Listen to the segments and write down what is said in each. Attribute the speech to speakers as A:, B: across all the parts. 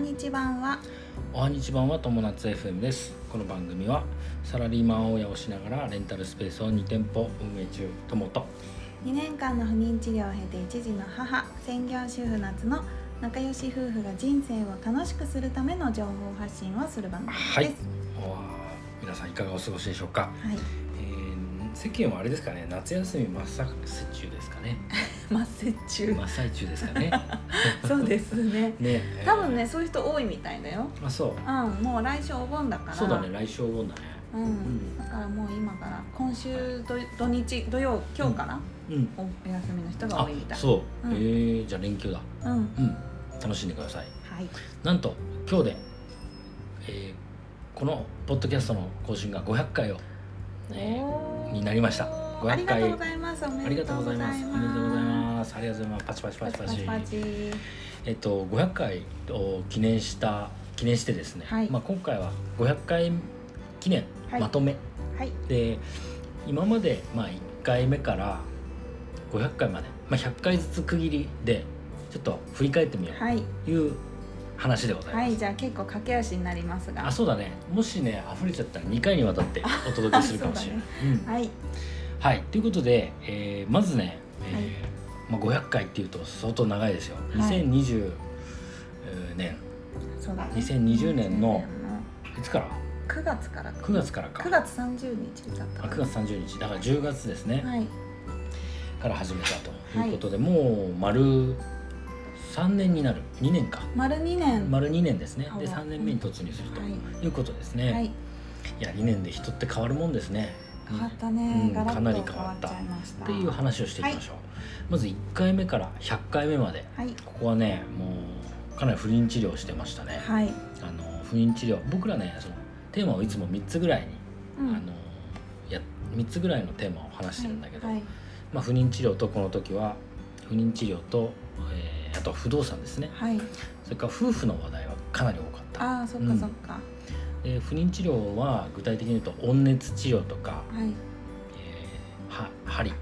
A: 日版は
B: おはにちばんは友達 FM ですこの番組はサラリーマン親をしながらレンタルスペースを2店舗運営中友と
A: 2年間の不妊治療を経て一児の母専業主婦夏の仲良し夫婦が人生を楽しくするための情報発信をする番組です。
B: はいおー皆さんいかがお過ごしでしょうか、
A: はい
B: えー、世間はあれですかね夏休み真っ最中ですかね
A: マッセ中
B: 真っ最中ですか ね
A: そうですね
B: ね
A: 多分ね、
B: え
A: そういう人多いみたいだよ
B: ーあそう
A: うんもう来週お盆だから
B: そうだね来週お盆だね
A: うん、
B: ん
A: だからもう今から今週土土日土曜今日から、
B: うん
A: お休みの人が
B: あ
A: 多いみたい
B: そう、
A: うん
B: えー、じゃあ連休だ
A: うんは
B: うん楽しんでください
A: い
B: なんと今日で、えーこのポッドキャストの更新が500回を、ね
A: おー
B: になりました500回
A: ありがとうございますお
B: あ
A: め
B: り
A: で
B: が
A: と
B: とう
A: う
B: ご
A: ござ
B: ざ
A: い
B: い
A: ま
B: ますすおめでとうございますありがとうございますパチパチパ
A: パ
B: チ
A: チ
B: パ
A: パ
B: チ
A: チパチ
B: えっと500回を記念した記念してですね、
A: はい
B: まあ、今回は500回記念
A: はい
B: まとめ、
A: はい
B: で今までまあ1回目から500回まで、まあ、100回ずつ区切りでちょっと振り返ってみよう
A: はい
B: という話でございます、
A: はいじゃあ結構駆け足になりますが
B: あそうだねもしね溢れちゃったら2回にわたってお届けするかもしれ ない。うん
A: はい
B: はいということで、えーまずね、えー
A: はい
B: まあ、500回っていうと相当長いですよ。
A: い
B: 2020年
A: そうだね
B: 2020年のいつから
A: 9月から
B: 9月からか
A: 9月30日だった
B: あ
A: か
B: 9
A: な
B: 月30日だから10月ですね、
A: はい
B: から始めたということで、もう丸3年になる2年か
A: 丸2年
B: 丸2年ですね
A: うん
B: で3年目に突入すると
A: はい
B: いうことですね、、
A: はいい
B: や2年で人って変わるもんですね。
A: 変わった
B: う
A: ね
B: ん
A: ガラ
B: かなり
A: ッと
B: 変
A: 変
B: わ
A: わ
B: っ
A: ったちゃいました
B: っていう話をしていきましょう、まず1回目から100回目まで
A: はい
B: ここはねもうかなり不妊治療してましたね、
A: はい
B: あの不妊治療僕らねそのテーマをいつも3つぐらいに、
A: うん
B: あのや3つぐらいのテーマを話してるんだけど、
A: はいはい
B: まあ、不妊治療とこの時は不妊治療と、えーあと不動産ですね
A: はい
B: それから夫婦の話題はかなり多かった
A: ああそっかそっか
B: で不妊治療は具体的に言うと温熱治療とか、
A: はい
B: えーは針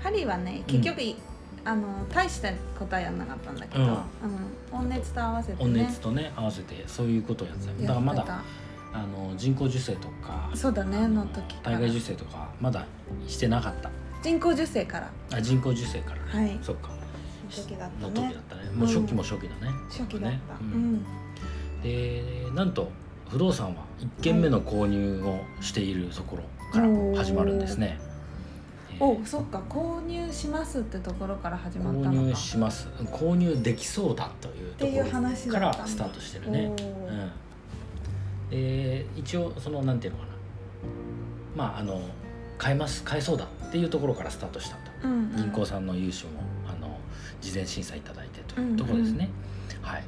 A: 針はね結局いあの大した答えやんなかったんだけど
B: うん
A: あの温熱と合わせて
B: 温
A: ね
B: 熱とね合わせてそういうことをやってたよだか
A: や
B: らま
A: って
B: だ
A: た
B: あの人工授精とか
A: そうだね
B: あ
A: の時か
B: 体
A: ら
B: 外受精とかまだしてなかった
A: 人工授精から
B: あ人工授精から、
A: はい
B: そっか
A: の時だった
B: の時
A: ね
B: だったねもう初期も初期だね、
A: 初期だったう
B: うん
A: ん
B: でなんと不動産は1軒目の購入をしているところから始まるんですね、えー
A: おそっか購入しますってところから始まっ
B: 購
A: たの
B: 入
A: か
B: します購入できそうだという
A: っ
B: と
A: ていう
B: こ
A: 話
B: ろ
A: だ
B: か
A: った
B: らスタートしてるね
A: おー
B: うん、で一応そのなんていうのかなまああの買えます買えそうだっていうところからスタートしたんだ、
A: うんうん
B: 銀行さんの融資もあの事前審査いただいてというところですね、はい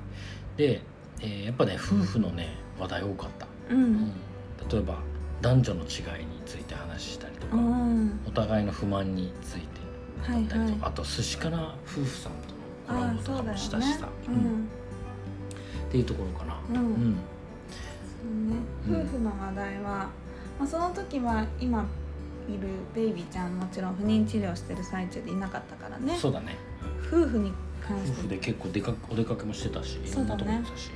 B: で、えーやっぱね夫婦のね話題多かった、
A: う
B: うんん例えば男女の違いについて話したりとか、
A: うん
B: お互いの不満について
A: はい
B: だったりとか、
A: はい
B: あと寿司かな夫婦さんと
A: あ
B: のコラボ
A: ー
B: と
A: そ
B: か
A: うだ
B: も
A: よ
B: したし
A: ね
B: さ、
A: う
B: うん
A: ん
B: っていうところかな、
A: う
B: うんん
A: そうね、夫婦の話題は、まあ、その時は今いるベイビーちゃんもちろん不妊治療してる最中でいなかったからね
B: そうだね
A: 夫婦に関
B: 夫
A: し
B: 婦
A: て
B: で結構でかお出かけもしてたしい
A: そ
B: ろ
A: うんだ
B: な
A: ね
B: とこ行ってたしう,、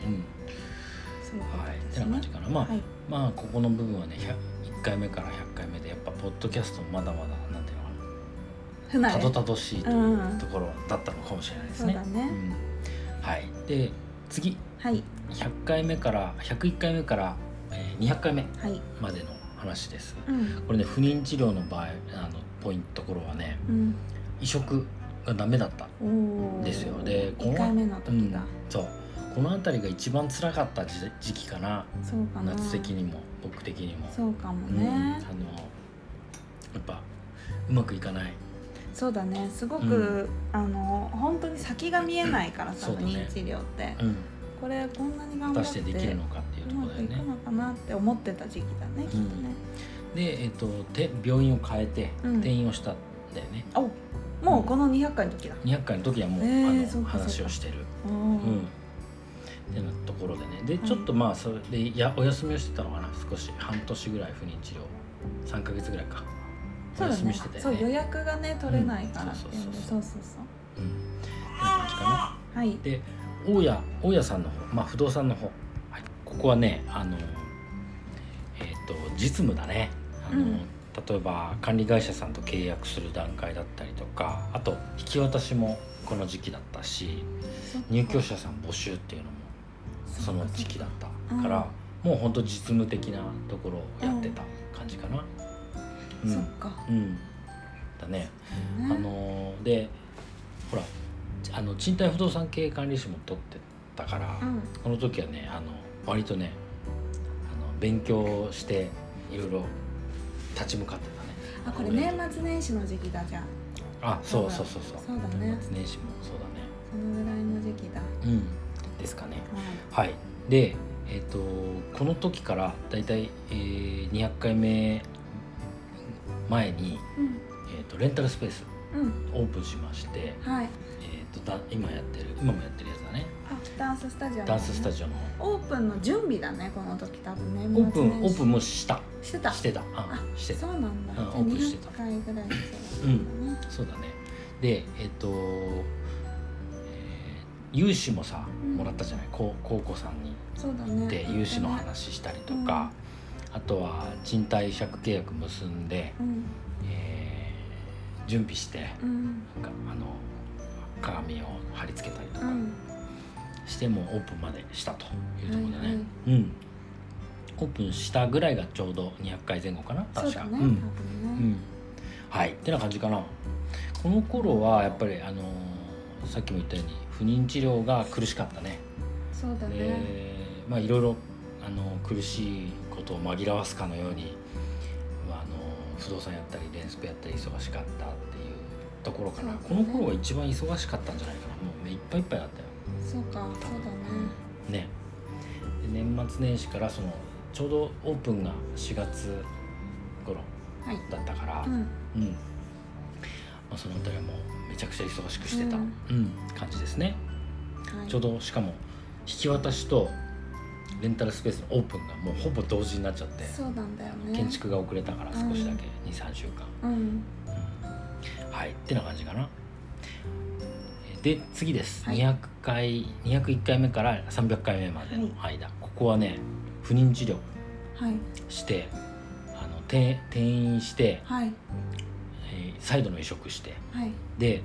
A: そういうん
B: はい
A: ことで
B: って
A: す
B: な
A: ね
B: 感じかなまあ、
A: はい
B: まあここの部分はね100 1回目から100回目でやっぱポッドキャストもまだまだなんていうのか
A: 不
B: な
A: 慣
B: た
A: れ
B: どたどしいと
A: う
B: い
A: ん
B: うところだったのかもしれないです
A: そう
B: ね
A: だ。ね、
B: うんはい、で次
A: はい
B: 100回目から101回目からえー200回目
A: はい
B: までの話です。
A: うん
B: これね不妊治療の場合あのポイントところはね
A: うん
B: 移植がダメだった、
A: おー
B: ですよでこの
A: 一回目の
B: う
A: 時
B: ん
A: が、、
B: そうこの辺りが一番辛かった時時期かな
A: そうかな
B: 夏的にも僕的にも
A: そうかも
B: うん
A: ね、
B: あのやっぱうまくいかない
A: そうだねすごく、
B: う
A: あの本当に先が見えないからさ、
B: そうだ
A: 不
B: ね
A: 妊治療って、
B: うん
A: これこんなに頑
B: 果
A: 張
B: た
A: っ
B: しててできるのかっていう
A: う
B: とこ
A: ま
B: ろだ
A: く
B: よ
A: いく
B: ね
A: のかなって思ってた時期だね、きっとね
B: で、えっとて病院を変えて
A: うん
B: 転院をしたんだよね、
A: おもうこの200回の時だ、
B: 200回の時はもう、
A: へー
B: あ
A: そう
B: の
A: かそうか
B: 話をしてる
A: うん
B: うんってなところでねで
A: はい
B: ちょっとまあそれでやお休みをしてたのかな少し半年ぐらい不妊治療3ヶ月ぐらいかお
A: そうだ
B: 休み
A: ね
B: してたよ
A: そう予
B: ね
A: 約がね取れないからっていうので、
B: うん
A: そ
B: そうう
A: そうそう
B: うんってな感じかな
A: はい
B: で大家大家さんの方、まあ、不動産の方、はい、ここはねあの、えっと実務だねあ
A: う
B: の、
A: ん
B: 例えば管理会社さんと契約する段階だったりとかあと引き渡しもこの時期だったし入居者さん募集っていうのもその時期だったから、もうほんと実務的なところをやってた感じかな。うん
A: そっか、
B: うんだね、
A: うん
B: あのーでほらあの賃貸不動産経営管理士も取ってたから、
A: うん
B: この時はねあの割とねあの勉強していろいろ立ち向かってた
A: あ
B: ね
A: これ年末年始の時期だじゃあ
B: あそうそうそうそう
A: そうだね
B: 年末年始もそう
A: そのぐらいの時期だ、は
B: だねうんですかねはいでえっ、とこの時からだいたいえー200回目前
A: い、う
B: に、
A: ん
B: えー、とレンタルスペース
A: うん
B: オープンしまして、
A: はい
B: えー、とだ今やってる今もやってるやつだね
A: あダンススタジオ、
B: ダンススタ
A: ジ
B: ジオの方
A: オオープンの準備だねこの時多分年末
B: オ
A: 年始
B: ープンオープンもした
A: してた
B: してたうん
A: あ
B: してた
A: そうなんだ、
B: うん
A: じゃあ
B: オープンしてた
A: 200回ぐらいでそうだったね
B: そうだねでえっ、と、えー融資もさ
A: ん
B: もらったじゃないこう高子さんに
A: そうだ
B: 行
A: ね
B: って融資の話したりとか、あとは賃貸借契約結んで、
A: うん
B: えー準備して
A: うん
B: なんかあの鏡を貼り付けたりと
A: う
B: か
A: ん
B: してもうオープンまでしたというところでね、
A: はいはい
B: うんオープンしたぐらいがちょうど200回前後かな
A: そ
B: 確
A: う
B: か
A: だね、
B: う
A: 多
B: んう
A: 分ね、
B: ん、はいってな感じかなこの頃はやっぱりあのーさっきも言ったように不妊治療が苦しかったね
A: そうだね、
B: でまあいろいろあの苦しいことを紛らわすかのように、まあ、あの不動産やったりレンスペやったり忙しかったっていうところかな、
A: そう
B: こ
A: だ
B: の
A: ね
B: 頃が一番忙しかったんじゃないかなもう目いっぱいいっぱいだったよ
A: そうかそうだね
B: ねで年末年始からそのちょうどオープンが4月頃
A: はい
B: だったから、
A: うん
B: うんまあ、その辺りはもうめちゃくちゃ忙しくしてた、う
A: うんん
B: 感じですね、
A: はい、
B: ちょうどしかも引き渡しとレンタルスペースのオープンがもうほぼ同時になっちゃって、
A: そうなんだよね
B: 建築が遅れたから少しだけ、23週間、
A: うん
B: うんはいってな感じかなで次です、
A: はい
B: 200回201回目から300回目までの間、ここはね不妊治療
A: はい
B: してあの転転院して、
A: はい
B: えー再度の移植して
A: はい
B: で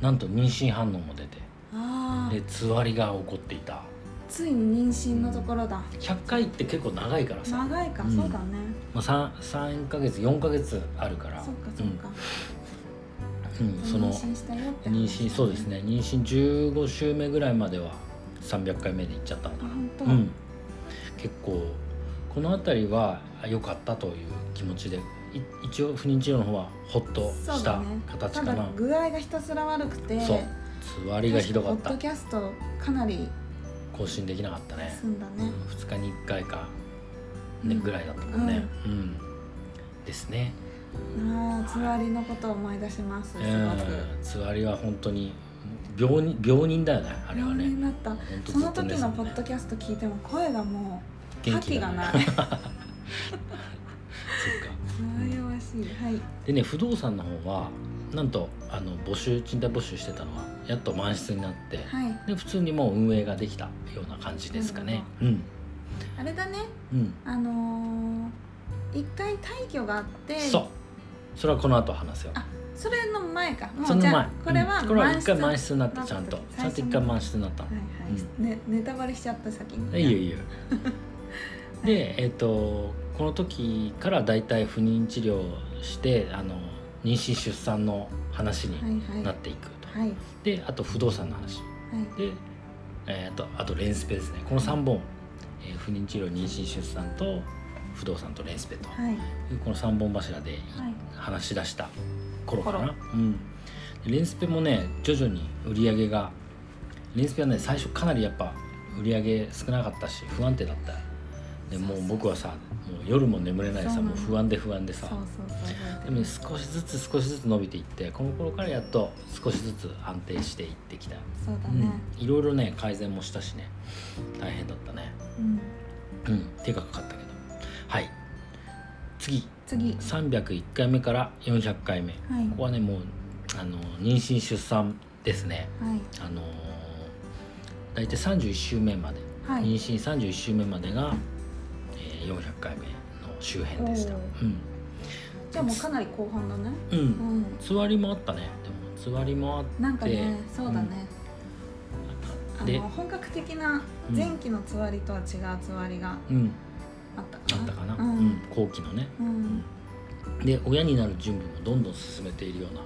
B: なんと妊娠反応も出て
A: あ
B: で
A: あ
B: つわりが起こっていた
A: ついに妊娠のところだ
B: 100回って結構長いからさ、ま
A: 長いか、
B: うん
A: そうだね
B: あ、3, 3ヶ月4ヶ月あるから
A: そうかそうか、
B: うんうんその
A: 妊娠したよって話
B: 妊娠そうですね妊娠15週目ぐらいまでは300回目で行っちゃったの
A: あ
B: かな、
A: 本当、
B: うん、結構この辺りはあ良かったという気持ちでい一応不妊治療の方はホッと
A: そう
B: し
A: だ
B: た
A: ね
B: 形
A: た
B: かな、
A: だ具合がひたすら悪くて
B: そうつわりがひどかっ
A: 確かポッ
B: た
A: ドキャストかなり
B: 更新できなかったね
A: 済んだね
B: 2日に1回か、ね
A: うん
B: ぐらいだったもんね、うんですね、
A: ああつわりのことを思い出しますす
B: う
A: ごく、
B: ん、つわりは本当に病人病人だよねあれは
A: 病
B: ね
A: になった
B: 本当
A: そ
B: ず
A: の
B: っと寝
A: 時
B: てた
A: の
B: も
A: ポ
B: ん
A: ッ
B: ね
A: ドキャスト聞いても声がもう
B: 元
A: 覇
B: 気
A: 気
B: が
A: が
B: ない
A: ない
B: そっ
A: 弱
B: か
A: 々しいはい
B: でね不動産の方はなんとあの募集賃貸募集してたのはやっと満室になって、
A: はい
B: で普通にもう運営ができたような感じですかねうん
A: あれだね
B: うん
A: あのー一回退去があって
B: そうそれはこの後話すよ
A: あそれの前かも
B: その
A: じ
B: 前
A: ゃあこれは
B: うんこれは
A: 満
B: 一
A: 室、
B: 回
A: は
B: 満室になったちゃんとちゃんと一回満室になったの
A: いはい、ね、ネタバレしちゃった先に
B: いい よいいよでえっ、とこの時からだいたい不妊治療をしてあの妊娠出産の話
A: はい
B: に
A: はい
B: なっていくと、
A: はいはい
B: であと不動産の話で、えー、とあとレンスペですねこの3本、えー不妊治療妊娠出産と不動産とレンスペと、
A: はい
B: この3本柱で
A: はい
B: 話し出した頃か
A: 頃
B: な、うん、でレンスペもね徐々に売り上げがレンスペはね最初かなりやっぱ売り上げ少なかったし不安定だったでもう僕はさもう夜も眠れない
A: そう
B: さ
A: なの
B: もう不安で不安で
A: そう
B: さ
A: そうそう
B: でもね少しずつ少しずつ伸びていってこの頃からやっと少しずつ安定していってきた、
A: そうだ
B: う
A: ね
B: ん、いろいろね改善もしたしね大変だったね
A: うん
B: うん手がかかったけどはい次
A: 次はい
B: 301回目から400回目ここはねもうあの妊娠出産ですね
A: はい
B: あの大体31週目まで、
A: は
B: 妊
A: い
B: 娠31週目までが、えー400回目の周辺でした
A: おー
B: うん
A: じゃあもうかなり後半だね
B: う
A: うんん
B: つわりもあったねでもつわりもあっ
A: なんかねそうだね、
B: た
A: あ
B: で
A: の本格的な前期のつわりとは違うつわりが
B: うん
A: あった
B: あ
A: かな
B: ったかな、
A: うん、
B: うん、後期のね
A: うん
B: で親になる準備もどんどん進めているような
A: は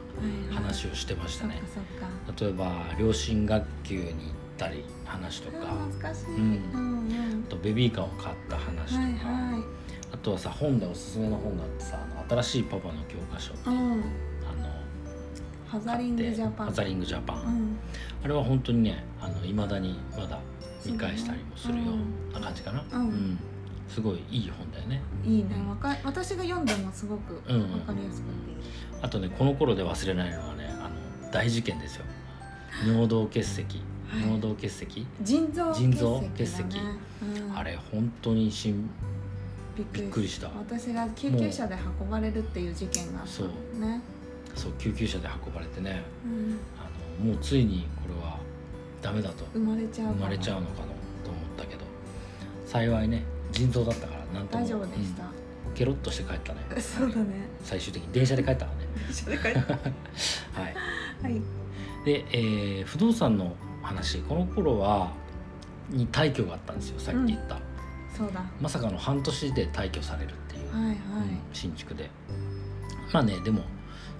A: いはい
B: 話をしてましたね
A: そっか
B: 例えば両親学級に行ったり話と
A: そっ
B: か
A: かあ懐かしい、
B: う
A: うんんうん
B: あとベビーカーを買った話と
A: はい
B: か、
A: はい
B: あとはさ本でおすすめの本だってさあの新しいパパの教科書っ
A: う
B: てあ
A: ん
B: の
A: ハザリングジャパン
B: ハザリングジャパン、
A: うん
B: あれは本当にねいまだにまだ見返したりもするような感じかな、
A: うん
B: すごいいい本だよね
A: いいねわか私が読んでもすごくわか
B: うんうん
A: りやすくていい、
B: あとねこの頃で忘れないのはねあの大事件ですよ尿道結石
A: は
B: 尿
A: い
B: 道結石、
A: 腎臓
B: 腎臓
A: 結石だね
B: 結
A: うん、
B: あれ本当にしん
A: びっ
B: びっくりした
A: 私が救急車で運ばれるっていう事件があった
B: そ
A: の
B: う
A: ね、
B: そう救急車で運ばれてね
A: うん、
B: あのもうついにこれはダメだと
A: 生まれちゃう
B: 生まれちゃうのかなと思ったけど幸いね腎臓だったからなんとも
A: 大丈夫でし
B: う
A: た、
B: んケロッとして帰ったね
A: そうだね
B: 最終的に電車で帰ったからね
A: 一緒で帰った
B: はい
A: はい
B: で、えー不動産の話この頃はに退去があったんですよさっき言った、
A: そうだは
B: まさかの半年で退去されるっていう、
A: いはい、
B: うん新築でまあねでも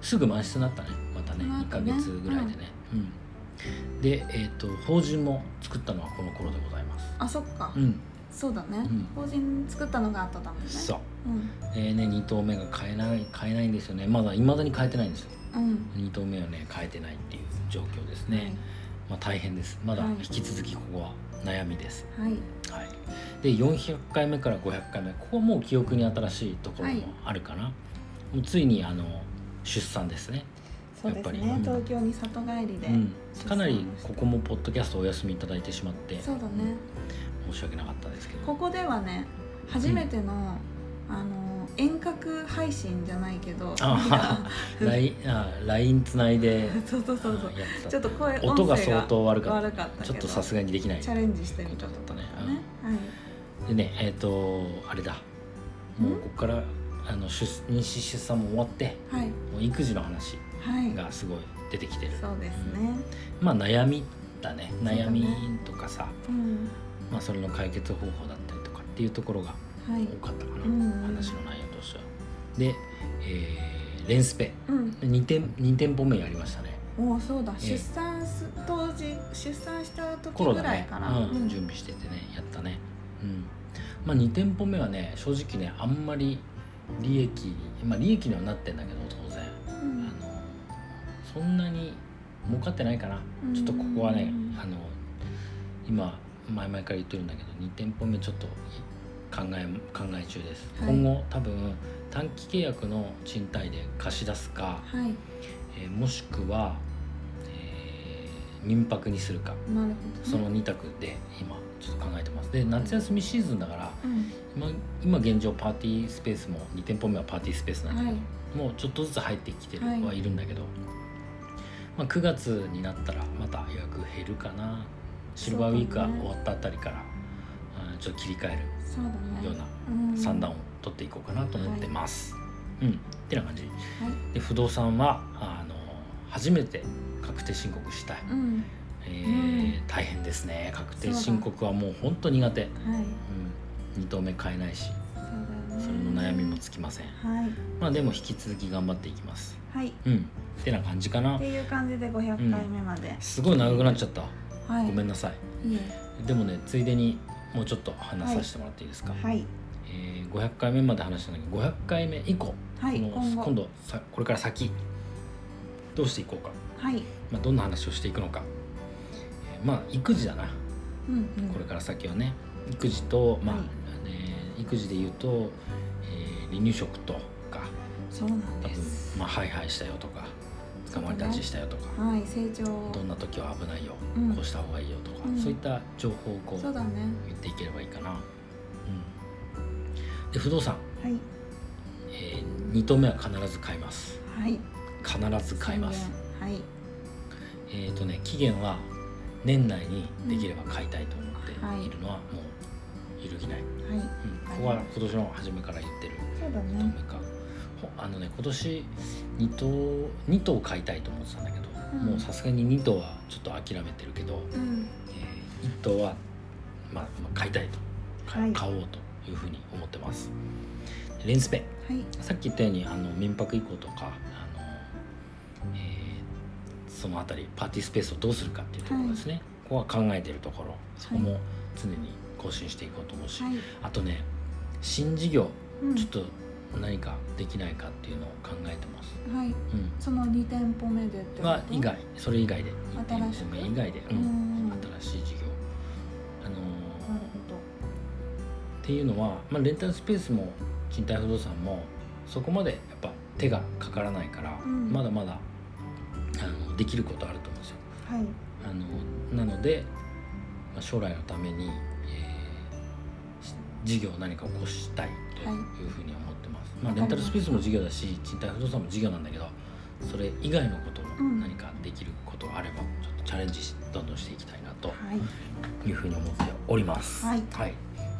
B: すぐ満室になったねまたね
A: ま
B: 2
A: た
B: ヶ
A: ね
B: 月ぐらいでね、うんで、えー、と法人も作ったのはこの頃でございます
A: あそっか、
B: うん
A: そうだね、
B: うん
A: 法人作ったのがあったためね
B: そう
A: うん
B: えーね2棟目が買えない買えないんですよねまだいまだに買えてないんですよ
A: うん
B: 2棟目はね買えてないっていう状況ですね、まあ大変ですまだ
A: はい
B: 引き続きここは悩みです、
A: はい
B: はい、で400回目から500回目ここはもう記憶に新しいところもあるかな、もうついにあの出産ですね、
A: そうですね
B: やっぱりうん
A: 東京に里帰りで、
B: うん、かなり
A: 出産した
B: ここもポッドキャストお休みいただいてしまって
A: そうだね
B: 申し訳なかったですけど
A: ここではね初めての、あの遠隔配信じゃないけど
B: あ LINE あ LINE つないで
A: そう そうそうそう
B: あやってた
A: ちょっと声
B: 音が
A: 音声
B: 相当悪かった
A: 悪かったけ
B: ち
A: ど
B: ょっとさすがにできない
A: チャレンジしてみ
B: こと
A: たと
B: だっ
A: こ
B: たね
A: ろね、はい、
B: でねえっ、とあれだもうここからあの出妊娠出産も終わって
A: はい
B: もう育児の話
A: はい
B: がすごい出てきてる
A: そうですね
B: まあ悩みだね
A: うだね
B: 悩みとかさ、
A: うん
B: まあ、それの解決方法だったりとかっていうところが
A: はい
B: 多かったかな、
A: うんうん
B: 話の内容としてはで、えーレンスペ
A: うん
B: 2店二店舗目やりましたね
A: もうそうだ
B: ええ
A: 出産す当時出産した時
B: 頃
A: ぐ
B: だ
A: らい
B: ね
A: から、
B: うん
A: うん
B: 準備しててねやったねうんまあ2店舗目はね正直ねあんまり利益まあ利益にはなってんだけど当然
A: う
B: あの
A: ん
B: そんなに儲かってないかなちょっとここはね
A: うん
B: あの今前々から言ってるんだけど2店舗目ちょっと考え考え中です、
A: はい
B: 今後多分短期契約の賃貸で貸し出すか、
A: はい
B: えーもしくは、えー民泊にするか
A: なるほどね、
B: その2択で今ちょっと考えてますで夏休みシーズンだから
A: うん
B: 今今現状パーティースペースも2店舗目はパーティースペースなんだけど、
A: はい
B: もうちょっとずつ入ってきてる
A: はい
B: はいるんだけど、まあ、9月になったらまた予約減るかなシルバーウィークが
A: そうだね
B: 終わったあたりから、うんちょっと切り替え
A: そうだ
B: るよ
A: ね
B: うな
A: うん
B: 算段を取っていこうかなと思ってます。うん、ってな感じ、で不動産はあの初めて確定申告したい、
A: うん
B: えー
A: う
B: 大変ですね確定申告はもう本当苦手、うん、
A: はい
B: 2頭目買えないし
A: そうだよね
B: それの悩みもつきません、
A: はい
B: まあでも引き続き頑張っていきます
A: はいっ
B: うんってな感じかな
A: ていう感じで500回目まで、
B: すごい長くなっちゃった
A: はい
B: ごめんなさい
A: いえ
B: でもねついでにもうちょっと話させてもらっていいですか、
A: はい
B: えー500回目まで話したんだけど500回目以降、
A: はい
B: この
A: 今後
B: 今度さこれから先どうしていこうか、
A: はい
B: まあ、どんな話をしていくのか、えーまあ育児だな
A: うんうん
B: これから先はね育児とまあ、
A: はい
B: えー育児で言うと、えー離乳食とか
A: そうなん
B: 多
A: で
B: 分
A: す
B: まあハイハイしたよとか
A: そうだ
B: 捕
A: ね
B: まり立ちしたよとか、
A: はい成長
B: どんな時は危ないよ、
A: うん
B: こうした方がいいよとか、
A: うん
B: そういった情報をこ
A: そう
B: う
A: だね
B: 言っていければいいかな。うん、で不動産、
A: はい
B: え2棟目は必ず買います
A: はい
B: 必ず買います。
A: はい
B: えっ、とね期限は年内にできれば買いたいと思っているのはもう揺るぎな
A: は
B: い、
A: い
B: うん、ここは今年の初めから言ってる
A: そうだ
B: 2頭目
A: ね
B: かほあのね今年2頭二頭買いたいと思ってたんだけど、
A: うん
B: もうさすがに2頭はちょっと諦めてるけど、
A: うん
B: え1頭は、まあ、まあ買いたいと買,、
A: はい
B: 買おうというふうに思ってますレンスペ
A: はい
B: さっき言ったようにあの民泊以降とかあの、えーそのあたりパーティースペースをどうするかっていうところですね、ここは考えてるところそこも常に更新していこうと思うし、
A: はい
B: あとね新事業
A: うん
B: ちょっと何かできないかっていうのを考えてます。
A: はい
B: うん。
A: その二店舗目でってこと
B: は以外、それ以外で、
A: 新しく
B: 以外で、
A: う
B: う、
A: んんなる
B: 新しい事業。あのー
A: ほ
B: っていうのは、まあレンタルスペースも賃貸不動産もそこまでやっぱ手がかからないから、
A: うん
B: まだまだあのできることあると思うんですよ。
A: どはい
B: あのなので、まあ将来のために、えーし事業を何か起こしたいと
A: はい
B: いうふうに思ってます、まあ、
A: わかりました
B: レンタルスペースも事業だし賃貸不動産も事業なんだけどそれ以外のことも
A: うん
B: 何かできることがあればちょっとチャレンジしどんどんしていきたいなと
A: はい
B: いうふうに思っております、
A: はい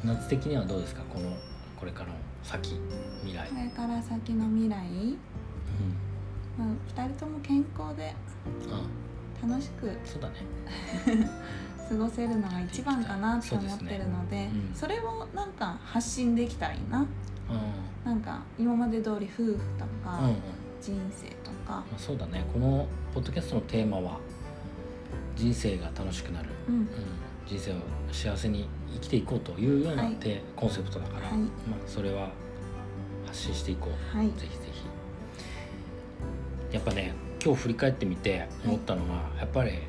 B: 夏的にはどうですかこのこれからの先未来、
A: これから先の未来
B: う
A: まあ二人とも健康で
B: ん、あ
A: 楽しく
B: そうだね
A: 過ごせるのが一番かなって思ってるので
B: うん
A: それをなんか発信できたらいいな
B: うん
A: なんか今まで通り夫婦と
B: うんうん
A: か人生とか
B: まあ、そうだねこのポッドキャストのテーマは「人生が楽しくなる」
A: うん
B: うん、人生を幸せに生きていこうというような
A: はい
B: て、コンセプトだから、
A: はい
B: まあ、それは発信していこう、
A: はい
B: ぜひぜひやっぱね今日振り返ってみて思ったのが、やっぱり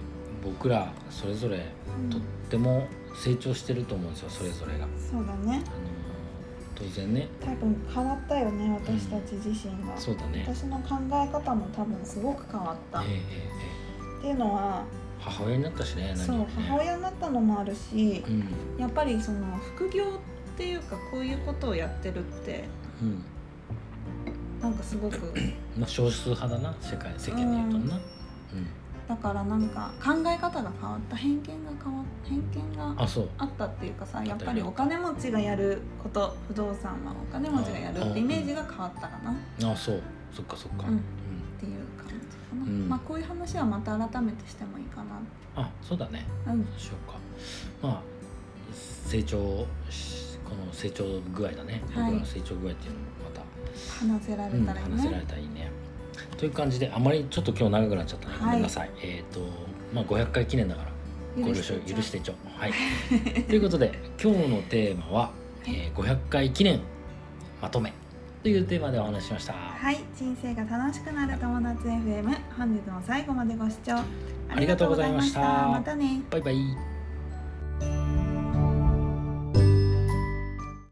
B: 僕らそれぞれ
A: うん
B: とっても成長してると思うんですよそれぞれが。あの
A: そうだね
B: 当然ね
A: 多分変わったよね私たち自身が、
B: そうだね、
A: 私の考え方も多分すごく変わっ
B: え
A: た、
B: ええええ
A: っていうのは
B: え母親になったしね何
A: そう
B: よりね
A: 母親になったのもあるし
B: うん
A: やっぱりその副業っていうかこういうことをやってるって
B: うん
A: なんかすごく
B: まあ、少数派だな世界世間で言うとな、うん
A: だからなんか考え方が変わった偏見が変わっ偏見が
B: あそう
A: あったっていうかさやっぱりお金持ちがやること不動産はお金持ちがやるってイメージが変わったかなっ
B: あそうそっかそっか、
A: うん
B: うん
A: ていう感じかな、
B: うん
A: まあこういう話はまた改めてしてもいいか
B: あそうだね
A: なうん
B: そうしようかまあ成長しこの成長具合だね、
A: はい
B: 僕らの成長具合っていうのもまた、
A: 話せられ
B: うん
A: たらいい
B: 話せられ
A: ね、
B: たらいいねという感じであまりちょっと今日長くなっちゃったね、
A: はい
B: ごめんなさいえっ、とまあ500回記念だからご了承許してちょはい ということで今日のテーマは、えー500回記念まとめというテーマでお話ししました、
A: はい、人生が楽しくなる友達 FM 本日も最後までご視聴あ
B: ありがとうございました
A: りがとうございましたまたね
B: バイバイ